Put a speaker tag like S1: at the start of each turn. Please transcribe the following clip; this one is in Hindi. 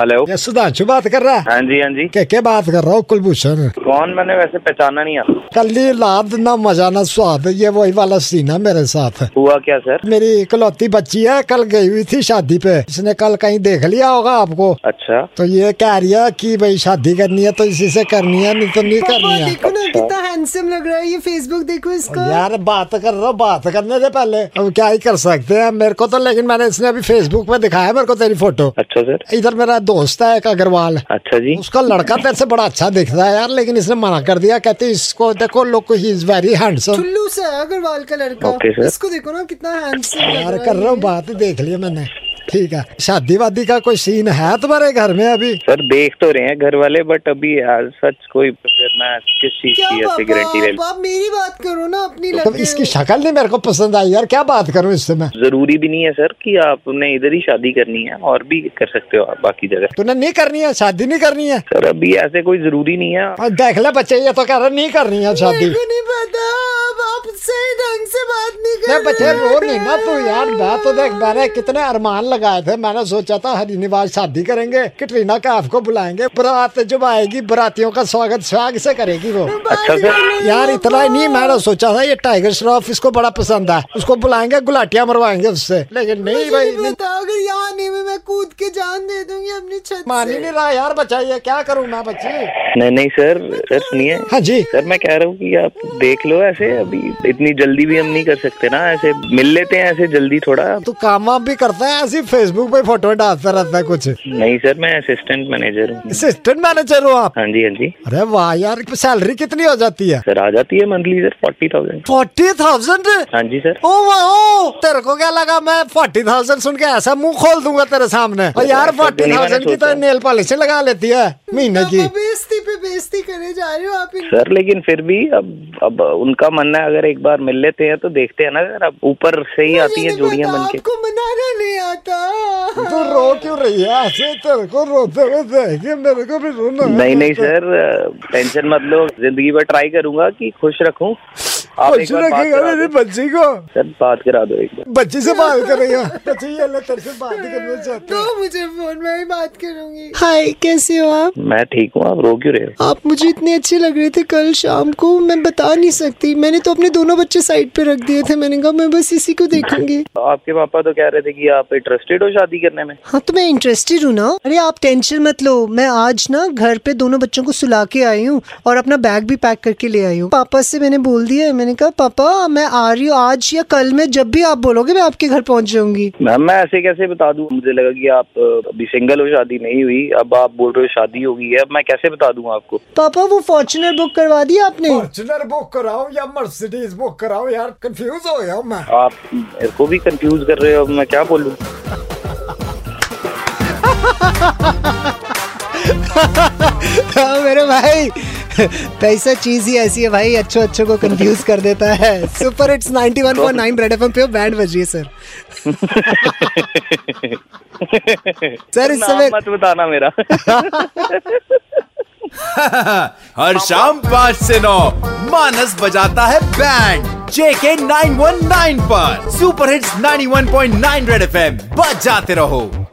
S1: हेलो
S2: ये सुधांशु बात कर रहा है
S1: हाँ जी हाँ जी
S2: के के बात कर रहा हूँ कुलभूषण
S1: कौन मैंने वैसे पहचाना नहीं आप
S2: कल्ली लाद ना मजा ना स्वाद ये वही वाला सीन है मेरे साथ
S1: हुआ क्या सर
S2: मेरी इकलौती बच्ची है कल गई हुई थी शादी पे इसने कल कहीं देख लिया होगा आपको
S1: अच्छा
S2: तो ये कह रही है कि भाई शादी करनी है तो इसी से करनी है नहीं तो नहीं करनी है
S3: देखो ना कितना
S1: अच्छा।
S3: हैंडसम लग रहा है ये फेसबुक देखो इसका
S2: यार बात कर रहा हूँ बात करने दे पहले अब क्या ही कर सकते हैं मेरे को तो लेकिन मैंने इसने अभी फेसबुक पे दिखाया मेरे को तेरी फोटो
S1: अच्छा सर
S2: इधर मेरा दोस्त है एक अग्रवाल
S1: अच्छा जी
S2: उसका लड़का तेरे से बड़ा अच्छा दिख रहा है यार लेकिन इसने मना कर दिया कहते इसको देखो लोग ही इज वेरी हैंडसम
S3: टुल्लू से है अग्रवाल का लड़का
S1: Okay, sir.
S3: इसको देखो ना कितना हैंडसम लग
S2: यार
S3: रहा
S2: कर रहा हूँ
S3: है
S2: बात देख लिया मैंने ठीक है शादी वादी का कोई सीन है तुम्हारे घर में अभी
S1: सर देख तो रहे हैं घर वाले बट अभी as सच कोई फिर मैं किस चीज
S3: क्या
S1: की ऐसे
S3: बाबा
S1: गारंटी ले
S3: आप- आप मेरी बात करो ना अपनी
S2: तुम
S3: लड़के
S2: तो इसकी शक्ल नहीं मेरे को पसंद आई यार क्या बात करूँ इससे मैं
S1: लूं? जरूरी भी नहीं है सर कि आपने इधर ही शादी करनी है और भी कर सकते हो आप बाकी जगह
S2: तूने नहीं करनी है शादी नहीं करनी है
S1: सर अभी ऐसे कोई जरूरी नहीं है
S2: और देख ले बच्चे ये तो कह रहे नहीं करनी है शादी
S3: मेरे को नहीं पता आप आप सही ढंग से बात नहीं कर
S2: नहीं बच्चे
S3: रहे
S2: रो नहीं ना तू यार मैं तो देख मैंने कितने अरमान लगाए थे मैंने सोचा था हरिनिवास शादी करेंगे कटरीना कैफ को बुलाएंगे बारात जब आएगी बारातियों का स्वागत स्वाग से करेगी वो
S1: अच्छा सर
S2: यार इतना ही नहीं मैंने सोचा था ये टाइगर श्रॉफ इसको बड़ा पसंद है उसको बुलाएंगे गुलाटिया मरवाएंगे उससे लेकिन नहीं भाई
S3: नहीं
S2: नहीं
S3: पता अगर यहाँ आने में मैं कूद के जान दे दूंगी अपनी छत
S2: तो मान ही
S3: से
S2: नहीं रहा यार बच्चा ये क्या करूँ मैं बच्ची
S1: नहीं नहीं सर सर सुनिए
S2: हाँ जी
S1: सर मैं कह रहा हूँ कि आप देख लो ऐसे अभी इतनी जल्दी भी हम नहीं कर सकते ना ऐसे मिल लेते हैं ऐसे जल्दी थोड़ा
S2: तू काम वाम भी करता है ऐसी फेसबुक पे फोटो डालता रहता है कुछ
S1: नहीं सर मैं असिस्टेंट मैनेजर हूँ
S2: असिस्टेंट मैनेजर हो आप
S1: हाँ जी हाँ जी
S2: अरे वाह यार सैलरी कितनी हो जाती है
S1: सर आ जाती है monthly sir forty thousand
S2: forty thousand
S1: हाँ जी सर
S2: ओ वाओ तेरे को क्या लगा मैं फोर्टी थाउजेंड सुन के ऐसा मुंह खोल दूंगा तेरे सामने और यार
S1: ऐसा तो
S2: फोर्टी
S1: नहीं मैंने
S2: थाउजेंड की तो
S1: सोचा।
S2: नेल पॉलिश लगा लेती है महीने की
S3: आप बेइज्जती पे बेइज्जती करे जा रहे हो आप इन
S1: सर लेकिन फिर भी अब अब उनका मानना है अगर एक बार मिल लेते हैं तो देखते हैं ना सर अब ऊपर से ही आती
S3: मुझे
S1: है
S3: नहीं
S1: जोड़ियां
S3: पता,
S1: बन के
S3: आपको मनाना नहीं आता
S2: तू रो क्यों रही है ऐसे तेरे को रोते हुए देख के मेरे को भी रोना है।
S1: नहीं नहीं सर टेंशन मत लो जिंदगी भर ट्राई करूंगा कि खुश रखूं आप एक
S2: कुछ
S1: बार बात
S2: रखेगा
S1: करा
S2: मेरी
S1: दो
S2: बच्ची को
S1: सर बात करा दो एक बार
S2: बच्ची से बात करेगा बच्ची ये ले तेरे से बात करना चाहती
S3: दो
S2: है
S3: तो मुझे फोन मैं ही बात करूंगी हाय कैसे हो आप
S1: मैं ठीक हूँ आप रो क्यों रहे हो
S3: आप मुझे इतने अच्छे लग रहे थे कल शाम को मैं बता नहीं सकती मैंने तो अपने दोनों बच्चे साइड पे रख दिए थे मैंने कहा मैं बस इसी को देखूंगी
S1: आपके पापा तो कह रहे थे कि आप इंटरेस्टेड हो शादी करने में
S3: हाँ तो मैं इंटरेस्टेड हूँ ना अरे आप टेंशन मत लो मैं आज ना घर पे दोनों बच्चों को सुला के आई हूँ और अपना बैग भी पैक करके ले आई हूँ पापा से मैंने बोल दिया है मैंने कहा पापा मैं आ रही हूँ आज या कल में जब भी आप बोलोगे मैं आपके घर पहुँच जाऊंगी
S1: मैम मैं ऐसे कैसे बता दूं मुझे लगा कि आप अ, अभी सिंगल हो शादी नहीं हुई अब आप बोल रहे हो शादी हो गई है अब मैं कैसे बता दूं आपको
S3: पापा वो फॉर्चुनर बुक करवा दी आपने
S2: फॉर्चुनर बुक कराओ या मर्सिडीज बुक कराओ यार कंफ्यूज हो गया हूं मैं
S1: आप मेरे को भी कंफ्यूज कर रहे हो अब मैं क्या बोलूं
S3: हाँ मेरे भाई पैसा चीज ही ऐसी है भाई अच्छो अच्छो को कंफ्यूज कर देता है सुपर इट्स 91.9 रेड एफएम पे बैंड बज रही है सर सर इस
S1: नाम
S3: समय
S1: मत बताना मेरा
S4: हर शाम पाँच से नौ मानस बजाता है band JK nine one nine पर सुपर हिट्स 91.9 रेड एफएम बजाते रहो